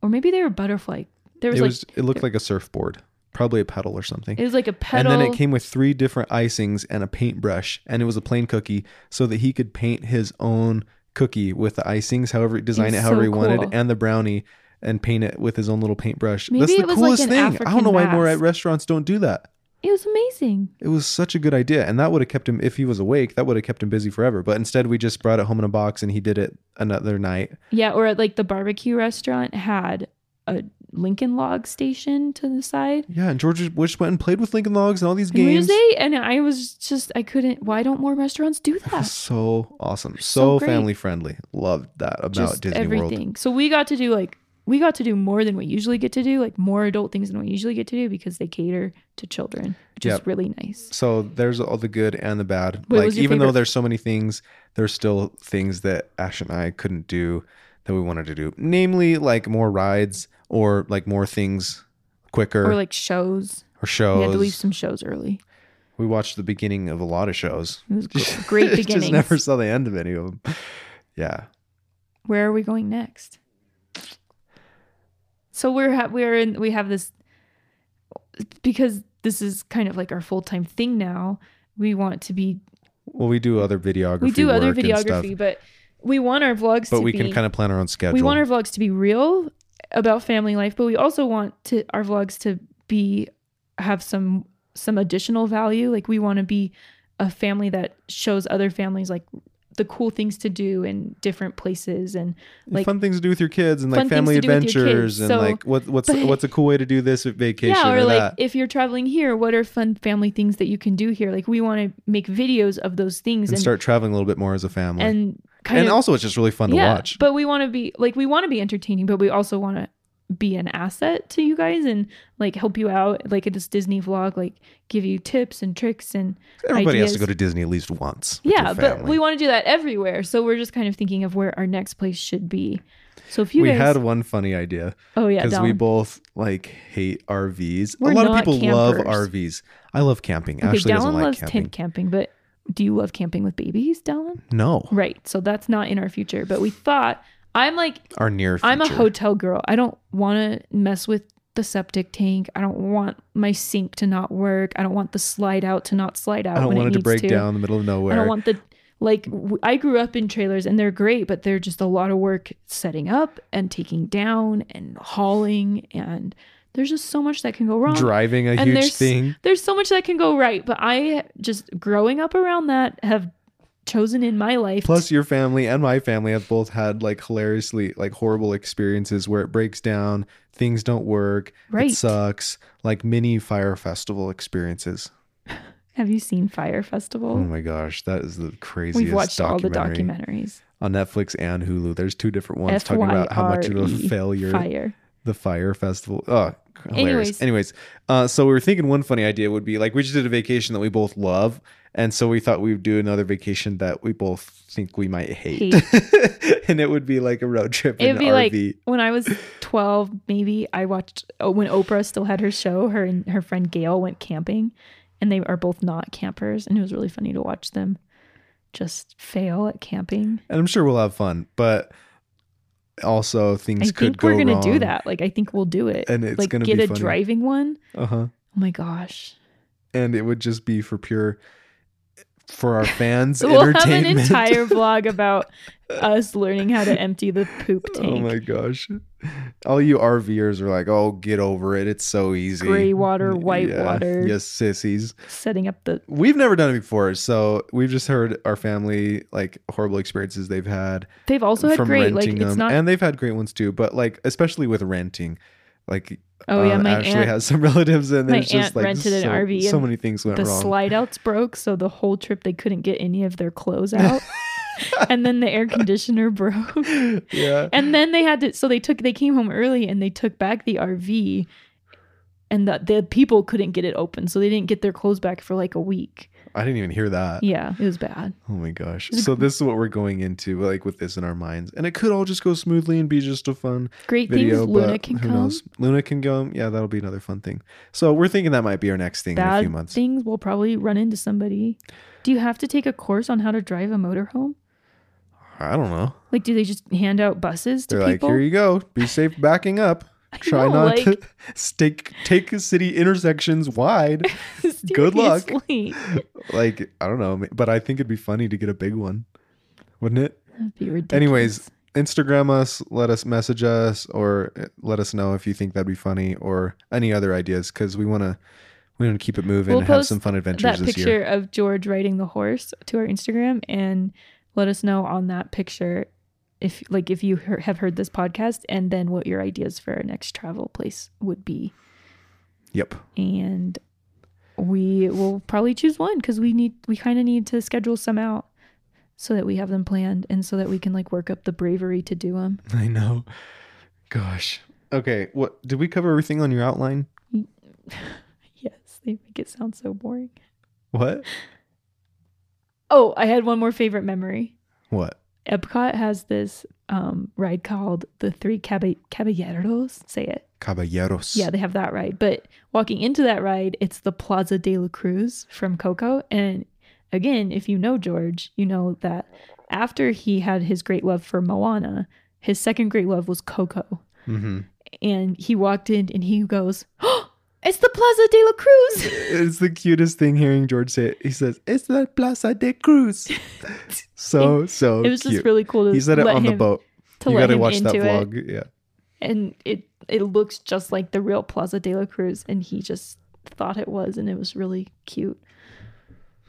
S2: or maybe they were butterfly. There was
S1: it
S2: like
S1: was. It looked like a surfboard, probably a pedal or something.
S2: it was like a petal.
S1: and then it came with three different icings and a paintbrush, and it was a plain cookie, so that he could paint his own cookie with the icings, however design it,
S2: was
S1: however
S2: so
S1: he wanted,
S2: cool.
S1: and the brownie, and paint it with his own little paintbrush.
S2: Maybe
S1: That's the
S2: it was like
S1: coolest
S2: an
S1: thing. I don't
S2: African
S1: know why more
S2: mask.
S1: restaurants don't do that.
S2: It was amazing.
S1: It was such a good idea, and that would have kept him if he was awake. That would have kept him busy forever. But instead, we just brought it home in a box, and he did it another night.
S2: Yeah, or at, like the barbecue restaurant had a Lincoln Log station to the side.
S1: Yeah, and George just went and played with Lincoln Logs and all these
S2: And we
S1: games.
S2: was eight, and I was just I couldn't. Why don't more restaurants do that?
S1: So awesome, so,
S2: So great.
S1: family friendly. Loved that about
S2: just
S1: Disney
S2: everything.
S1: World.
S2: So we got to do like we got to do more than we usually get to do, like more adult things than we usually get to do because they cater to children, which is
S1: Yep.
S2: really nice.
S1: So there's all the good and the bad.
S2: What
S1: like
S2: was your
S1: even though
S2: favorite-
S1: there's so many things, there's still things that Ash and I couldn't do that we wanted to do. Namely, like more rides or like more things quicker
S2: Or
S1: or,
S2: like shows.
S1: shows.
S2: We had to leave some shows early.
S1: we watched the beginning of a lot of shows.
S2: It was gr- great
S1: just
S2: beginnings.
S1: never saw the end of any of them. Yeah.
S2: where are we going next? So we're ha- we're in we have this because this is kind of like our full time thing now. We want to be
S1: Well, we do other videography.
S2: we do other
S1: work and stuff,
S2: videography, but we want our vlogs.
S1: but
S2: to
S1: we
S2: be,
S1: can kind of plan our own schedule.
S2: we want our vlogs to be real about family life, but we also want to our vlogs to be have some some additional value. Like we want to be a family that shows other families like the cool things to do in different places and like
S1: fun things to do with your kids and like
S2: fun things
S1: family
S2: to do with your
S1: adventures
S2: kids.
S1: and
S2: So-
S1: like what what's
S2: but-
S1: what's a cool way to do this vacation
S2: yeah
S1: or,
S2: or like
S1: that.
S2: if you're traveling here what are fun family things that you can do here like we want to make videos of those things
S1: and,
S2: and,
S1: start traveling a little bit more as a family. And,
S2: and kind of
S1: also it's just really fun to
S2: yeah
S1: watch.
S2: but we want to be like we want to be entertaining but we also want to be an asset to you guys and like help you out like at this disney vlog like give you tips and tricks and
S1: Everybody has to
S2: ideas.
S1: go to Disney at least once. with
S2: yeah
S1: your
S2: but
S1: family.
S2: we want to do that everywhere so we're just kind of thinking of where our next place should be so if you
S1: we
S2: guys
S1: had one funny idea
S2: oh yeah
S1: because we
S2: Dom.
S1: both like hate RVs.
S2: We're
S1: a lot of
S2: not
S1: people love
S2: campers.
S1: RVs. I love camping.
S2: okay
S1: Ashley doesn't
S2: Dallin
S1: like
S2: loves
S1: camping.
S2: tent camping but do you love camping with babies Dallin
S1: No,
S2: Right. So that's not in our future. But we thought I'm like
S1: our near future.
S2: I'm a hotel girl. I don't want to mess with the septic tank. I don't want my sink to not work. I don't want the slide out to not slide out.
S1: I don't
S2: when
S1: want it to break
S2: needs
S1: down in the middle of nowhere.
S2: I don't want the Like w- I grew up in trailers and they're great, but they're just a lot of work setting up and taking down and hauling and there's just so much that can go wrong.
S1: Driving a
S2: And
S1: huge
S2: there's-
S1: thing.
S2: There's so much that can go right, but I just growing up around that have chosen in my life
S1: Plus, your family and my family have both had like hilariously like horrible experiences where it breaks down, things don't work,
S2: Right.
S1: it sucks, like mini fire festival experiences.
S2: Have you seen Fire Festival?
S1: Oh my gosh, that is the craziest.
S2: We've watched all the
S1: documentary.
S2: documentaries.
S1: on Netflix and Hulu. There's two different ones talking about how much of a
S2: FYRE,
S1: failure
S2: E. Fire.
S1: the fire festival. Oh, hilarious.
S2: Anyways.
S1: Anyways, uh, so we were thinking one funny idea would be like we just did a vacation that we both love, and so we thought we'd do another vacation that we both think we might hate, and it would be like a road trip
S2: It'd
S1: in
S2: be
S1: an
S2: like
S1: RV.
S2: when I was 12, maybe I watched oh, when Oprah still had her show, her and her friend Gail went camping and they are both not campers. And it was really funny to watch them just fail at camping.
S1: and I'm sure we'll have fun, but also things
S2: I
S1: could
S2: think
S1: go
S2: we're going to
S1: wrong.
S2: do that. Like, I think we'll do it.
S1: And it's
S2: like,
S1: gonna
S2: get
S1: be
S2: a
S1: funny.
S2: driving one.
S1: Uh huh.
S2: Oh my gosh.
S1: And it would just be for pure for our fans
S2: We'll have an
S1: entertainment.
S2: entire vlog about us learning how to empty the poop tank.
S1: Oh my gosh. All you RVers are like, oh, get over it. It's so easy. Mm,
S2: Gray water,
S1: Yeah.
S2: white water.
S1: Yes, sissies.
S2: Setting up the
S1: We've never done it before. So we've just heard our family, like, horrible experiences they've had
S2: They've also had
S1: from
S2: great like
S1: renting
S2: it's
S1: them.
S2: not
S1: and they've had great ones too. But, like, especially with renting, like,
S2: Oh yeah,
S1: um,
S2: my
S1: Ashley
S2: aunt
S1: has some relatives and
S2: my
S1: there's
S2: aunt
S1: just like
S2: rented an
S1: so,
S2: RV
S1: so
S2: and
S1: many things went
S2: the
S1: wrong.
S2: slide outs broke, so the whole trip they couldn't get any of their clothes out. and then the air conditioner broke.
S1: yeah.
S2: And then they had to so they took they came home early and they took back the RV and the the people couldn't get it open, so they didn't get their clothes back for like a week.
S1: I didn't even hear that.
S2: Yeah, it was bad.
S1: Oh my gosh. So this is what we're going into, like with this in our minds. And it could all just go smoothly and be just a fun
S2: Great
S1: video.
S2: things Luna
S1: but
S2: can
S1: who
S2: come.
S1: knows? Luna can go. Yeah, that'll be another fun thing. So we're thinking that might be our next thing in a few
S2: Bad
S1: months.
S2: things will probably run into somebody. Do you have to take a course on how to drive a motorhome?
S1: I don't know.
S2: Like, do they just hand out buses to
S1: They're
S2: people?
S1: like, here you go. Be safe backing up. Try
S2: know,
S1: not to
S2: like-
S1: stake take city intersections wide. Good luck.
S2: Seriously.
S1: like, I don't know, but I think it'd be funny to get a big one. Wouldn't it?
S2: That'd be ridiculous.
S1: Anyways, Instagram us, let us message us, or eh, let us know if you think that'd be funny or any other ideas because we want to we want to keep it moving
S2: We'll
S1: and have
S2: post
S1: some fun adventures
S2: that
S1: this
S2: picture
S1: year.
S2: of George riding the horse to our Instagram and let us know on that picture if like if you hear- have heard this podcast and then what your ideas for our next travel place would be
S1: Yep.
S2: and we will probably choose one cuz we need we kind of need to schedule some out so that we have them planned and so that we can like work up the bravery to do them.
S1: I know. Gosh. Okay. What did we cover everything on your outline?
S2: Yes, they make it sound so boring.
S1: What?
S2: Oh, I had one more favorite memory.
S1: What?
S2: Epcot has this um, ride called the Three Cabe- Caballeros. Say it.
S1: Caballeros.
S2: Yeah, they have that ride. But walking into that ride, it's the Plaza de la Cruz from Coco. And again, if you know George, you know that after he had his great love for Moana, his second great love was Coco.
S1: Mm-hmm.
S2: And he walked in and he goes, oh, It's the Plaza de la Cruz.
S1: It's the cutest thing hearing George say it. He says, "It's la Plaza de Cruz." so so.
S2: it was just
S1: cute.
S2: really cool to
S1: He said it
S2: let
S1: on the
S2: him-
S1: boat.
S2: To
S1: You
S2: let
S1: got to
S2: him
S1: watch that
S2: into it.
S1: vlog. Yeah.
S2: and it it looks just like the real Plaza de la Cruz, and he just thought it was, and it was really cute,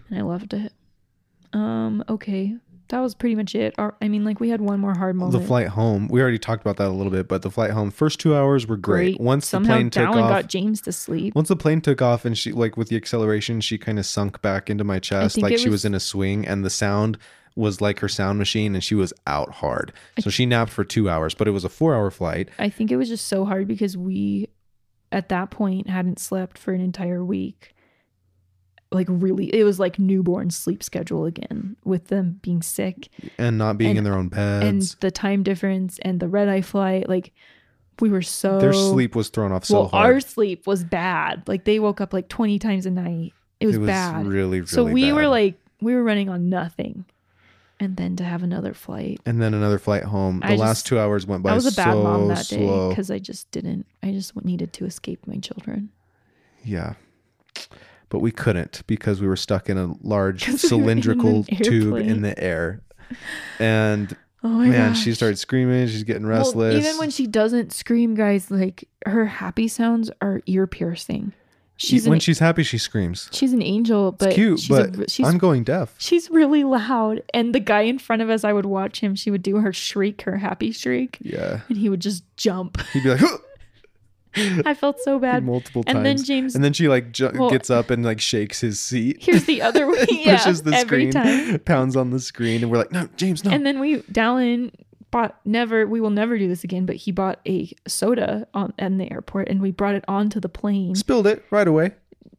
S2: and I loved it. Um, okay, that was pretty much it. Or, I mean, like we had one more hard moment.
S1: The flight home. We already talked about that a little bit, but the flight home first two hours were great. Once
S2: somehow
S1: the plane took
S2: Dallin
S1: off,
S2: got James to sleep.
S1: once the plane took off, and she like with the acceleration, she kind of sunk back into my chest,
S2: think
S1: like
S2: it
S1: she
S2: was-
S1: was in a swing, and the sound was like her sound machine, and she was out hard. So she napped for two hours, but it was a four-hour flight.
S2: I think it was just so hard because we, at that point, hadn't slept for an entire week. Like really, it was like newborn sleep schedule again with them being sick.
S1: and not being
S2: And-
S1: in their own
S2: and
S1: beds.
S2: the time difference and the red eye flight like we were so
S1: their sleep was thrown off so
S2: well
S1: hard.
S2: our sleep was bad like they woke up like 20 times a night it was, bad
S1: really, really.
S2: so we were
S1: bad.
S2: like we were running on nothing and then to have another flight
S1: and then another flight home. The
S2: I
S1: last
S2: just-
S1: two hours went by
S2: i was a bad
S1: so
S2: mom that day
S1: slow.
S2: because i just didn't i just needed to escape my children
S1: Yeah. but we couldn't because we were stuck in a large
S2: 'Cause we were in
S1: cylindrical
S2: an
S1: tube
S2: airplane.
S1: in the air. And
S2: Oh my
S1: man,
S2: gosh.
S1: she started screaming. She's getting
S2: Well,
S1: restless.
S2: even when she doesn't scream, guys, like her happy sounds are ear piercing. She's
S1: when
S2: an,
S1: she's happy, she screams.
S2: she's an angel, but
S1: it's cute,
S2: she's a-
S1: but
S2: she's
S1: I'm going deaf.
S2: she's really loud. And the guy in front of us, I would watch him. She would do her shriek, her happy shriek,
S1: Yeah,
S2: and he would just jump.
S1: he'd be like "Huh!"
S2: I felt so bad.
S1: multiple times,
S2: and then James-
S1: and then she like ju-
S2: Well-
S1: gets up and like shakes his seat,
S2: Here's the other way. yeah,
S1: pushes the screen,
S2: every time.
S1: pounds on the screen, and we're like, no, James, no.
S2: And then we Dallin bought never we will never do this again, but he bought a soda on in the airport and we brought it onto the plane.
S1: Spilled it right away.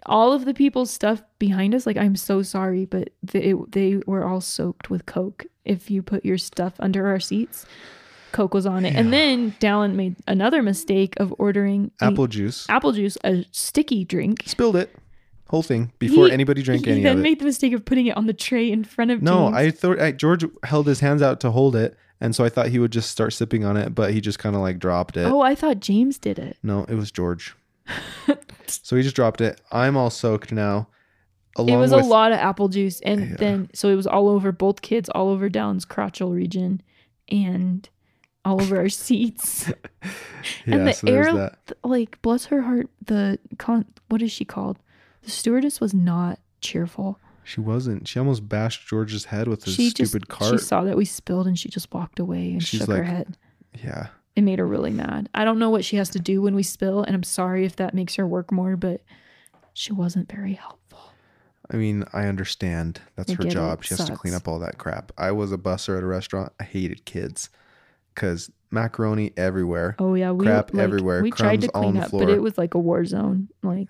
S2: All of the people's stuff behind us, like I'm so sorry, but they they were all soaked with Coke. If you put your stuff under our seats, Coke was on it. And then Dallin made another mistake of ordering a-
S1: Apple juice.
S2: apple juice, a sticky drink.
S1: Spilled it, whole thing before
S2: He-
S1: anybody drank
S2: he
S1: any
S2: then
S1: of it.
S2: made the mistake of putting it on the tray in front of
S1: no,
S2: James.
S1: I thought I, George held his hands out to hold it, and so I thought he would just start sipping on it, but he just kind of like dropped it.
S2: Oh, I thought James did it.
S1: No, it was George. so he just dropped it. I'm all soaked now. Along
S2: it was
S1: with,
S2: a lot of apple juice and then so it was all over both kids all over down's crotchal region and all over our seats
S1: Yeah,
S2: and the
S1: so
S2: air
S1: there's that.
S2: th- like bless her heart the con what is she called the stewardess was not cheerful
S1: She wasn't. She almost bashed George's head with his
S2: she just
S1: stupid
S2: she
S1: cart.
S2: saw that we spilled and she just walked away and
S1: She's
S2: shook her
S1: like-
S2: head
S1: yeah.
S2: it made her really mad i don't know what she has to do when we spill and i'm sorry if that makes her work more but she wasn't very helpful
S1: I mean, I understand. That's
S2: I
S1: her
S2: get it.
S1: job. She has to
S2: Sucks.
S1: clean up all that crap. I was a busser at a restaurant. I hated kids because macaroni everywhere.
S2: Oh yeah, we
S1: Crap
S2: like,
S1: everywhere,
S2: We tried to
S1: crumbs on
S2: clean
S1: the
S2: up,
S1: floor.
S2: but it was like a war zone. Like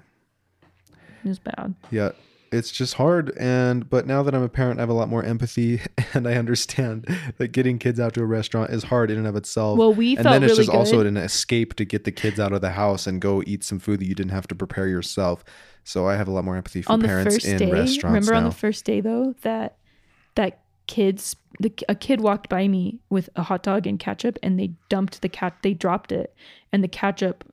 S2: it was bad.
S1: Yeah. It's just hard and but now that I'm a parent I have a lot more empathy and I understand that getting kids out to a restaurant is hard in and of itself.
S2: Well, we
S1: and
S2: felt
S1: then it's
S2: really
S1: just also
S2: good.
S1: an escape to get the kids out of the house and go eat some food that you didn't have to prepare yourself. So I have a lot more empathy for
S2: on the
S1: parents
S2: first
S1: in
S2: day,
S1: restaurants
S2: remember
S1: now.
S2: on the first day though that that kids the, a kid walked by me with a hot dog and ketchup, and they dumped the cat. They dropped it, and the ketchup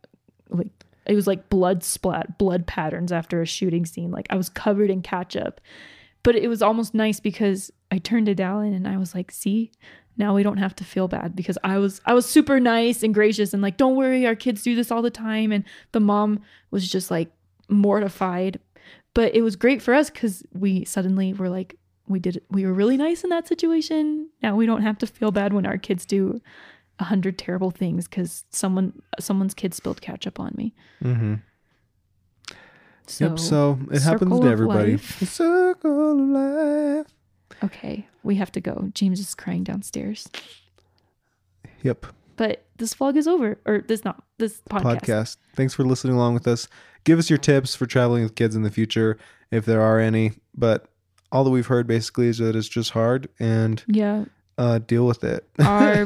S2: like it was like blood splat, blood patterns after a shooting scene. Like I was covered in ketchup, but it was almost nice because I turned to Dallin and I was like, "See." Now we don't have to feel bad because I was I was super nice and gracious and like don't worry our kids do this all the time and the mom was just like mortified but it was great for us because we suddenly were like we did we were really nice in that situation now we don't have to feel bad when our kids do a hundred terrible things because someone someone's kid spilled ketchup on me
S1: mm-hmm.
S2: so,
S1: yep, so it happens
S2: circle
S1: to
S2: of
S1: everybody.
S2: life.
S1: The circle of life.
S2: okay we have to go james is crying downstairs
S1: Yep.
S2: but this vlog is over or this not this podcast,
S1: podcast. Thanks for listening along with us. Give us your tips for traveling with kids in the future, if there are any. But all that we've heard basically is that it's just hard and
S2: yeah
S1: uh, deal with it.
S2: Our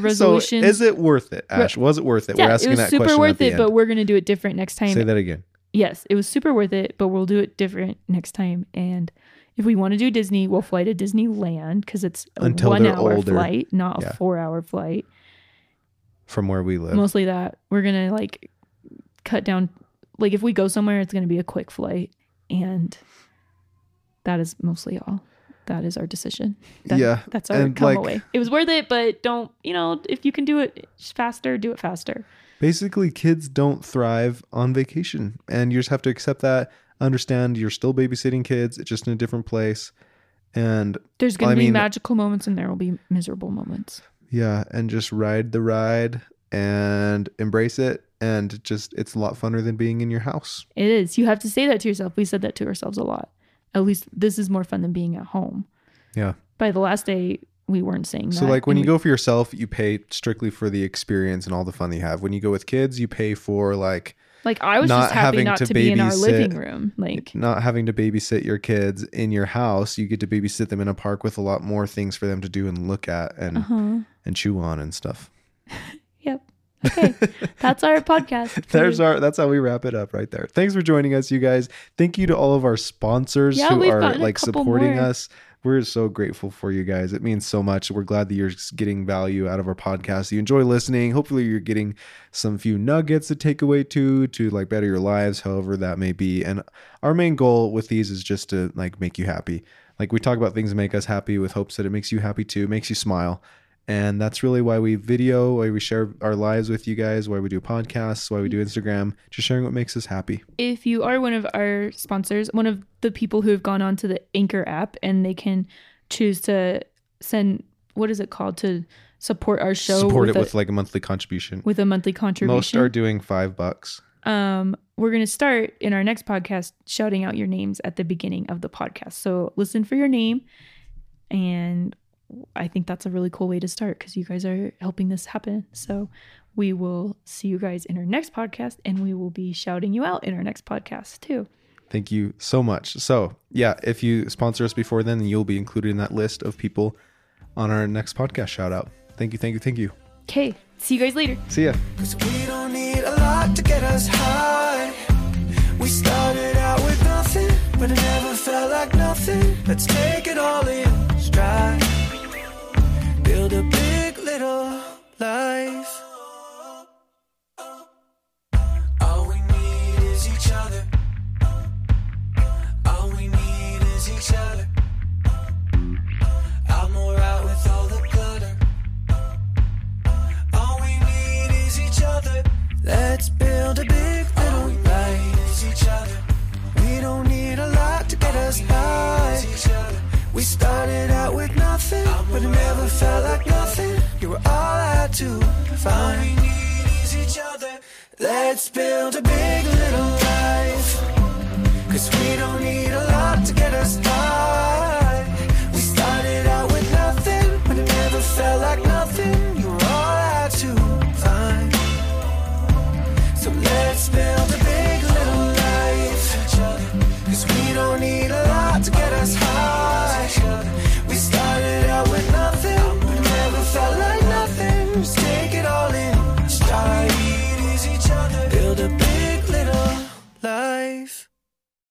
S2: resolution-
S1: so is it worth it, Ash? Was it worth it?
S2: yeah
S1: We're
S2: it
S1: asking
S2: was
S1: that
S2: super
S1: question. at
S2: worth
S1: the
S2: it
S1: end.
S2: but we're gonna do it different next time
S1: Say that again.
S2: yes, it was super worth it, but we'll do it different next time. And if we want to do Disney, we'll fly to Disneyland because it's a
S1: Until
S2: one
S1: they're
S2: hour
S1: older.
S2: flight, not
S1: Yeah.
S2: a four hour flight.
S1: From where we live.
S2: Mostly that we're gonna like cut down. Like if we go somewhere, it's gonna be a quick flight, and that is mostly all. That is our decision. That-
S1: Yeah,
S2: that's our
S1: and,
S2: come
S1: like-
S2: away. It was worth it, but don't you know if you can do it faster, do it faster.
S1: Basically, kids don't thrive on vacation, and you just have to accept that. Understand you're still babysitting kids, it's just in a different place. And
S2: There's
S1: Well,
S2: gonna
S1: I
S2: be
S1: mean-
S2: magical moments, and there will be miserable moments.
S1: Yeah, and just ride the ride and embrace it and just it's a lot funner than being in your house.
S2: It is. You have to say that to yourself. We said that to ourselves a lot. At least this is more fun than being at home.
S1: Yeah.
S2: By the last day, we weren't saying
S1: So
S2: that.
S1: like when you
S2: and
S1: go for yourself, you pay strictly for the experience and all the fun that you have. When you go with kids, you pay for like
S2: we- like I was
S1: not
S2: just happy
S1: having
S2: not
S1: to
S2: to, be in our
S1: babysit-
S2: living room. Like
S1: not having to babysit your kids in your house. You get to babysit them in a park with a lot more things for them to do and look at and
S2: huh.
S1: and chew on and stuff.
S2: uh-huh. Yep. Okay. That's our podcast.
S1: There's
S2: We-
S1: our that's how we wrap it up right there. Thanks for joining us, you guys. Thank you to all of our sponsors
S2: Yeah,
S1: who
S2: we've
S1: are
S2: gotten a
S1: like
S2: couple
S1: supporting
S2: more.
S1: us. We're so grateful for you guys. It means so much. We're glad that you're getting value out of our podcast. You enjoy listening. Hopefully, you're getting some few nuggets to take away to to like better your lives, however that may be. And our main goal with these is just to like make you happy. Like we talk about things that make us happy with hopes that it makes you happy too, makes you smile. And that's really why we video, why we share our lives with you guys, why we do podcasts, why we
S2: Mm.
S1: do Instagram, just sharing what makes us happy.
S2: if you are one of our sponsors, one of the people who have gone on to the Anchor app and they can choose to send what is it called to support our show
S1: Support
S2: with
S1: it
S2: a,
S1: with like a monthly contribution.
S2: with a monthly
S1: Most are
S2: contribution.
S1: doing five bucks.
S2: um we're going to start in our next podcast shouting out your names at the beginning of the podcast. So listen for your name and I think that's a really cool way to start cuz you guys are helping this happen. So we will see you guys in our next podcast and we will be shouting you out in our next podcast too.
S1: Thank you so much. So, yeah, if you sponsor us before then, you'll be included in that list of people on our next podcast shout out. Thank you, thank you, thank you.
S2: Okay, see you guys later.
S1: See ya.
S3: Cause we don't need a lot to get us high. We started out with nothing, but it never felt like nothing. Let's take it all in stride. Build a big little life. All we need is each other. All we need is each other. I'm alright with all the clutter. All we need is each other. Let's build a big little life. Is each other. We don't need a lot to get us by. We started out with nothing, but it never felt like nothing. You were all I had to find. All we need is each other. Let's build a big little life. Cause we don't need a lot to get us by.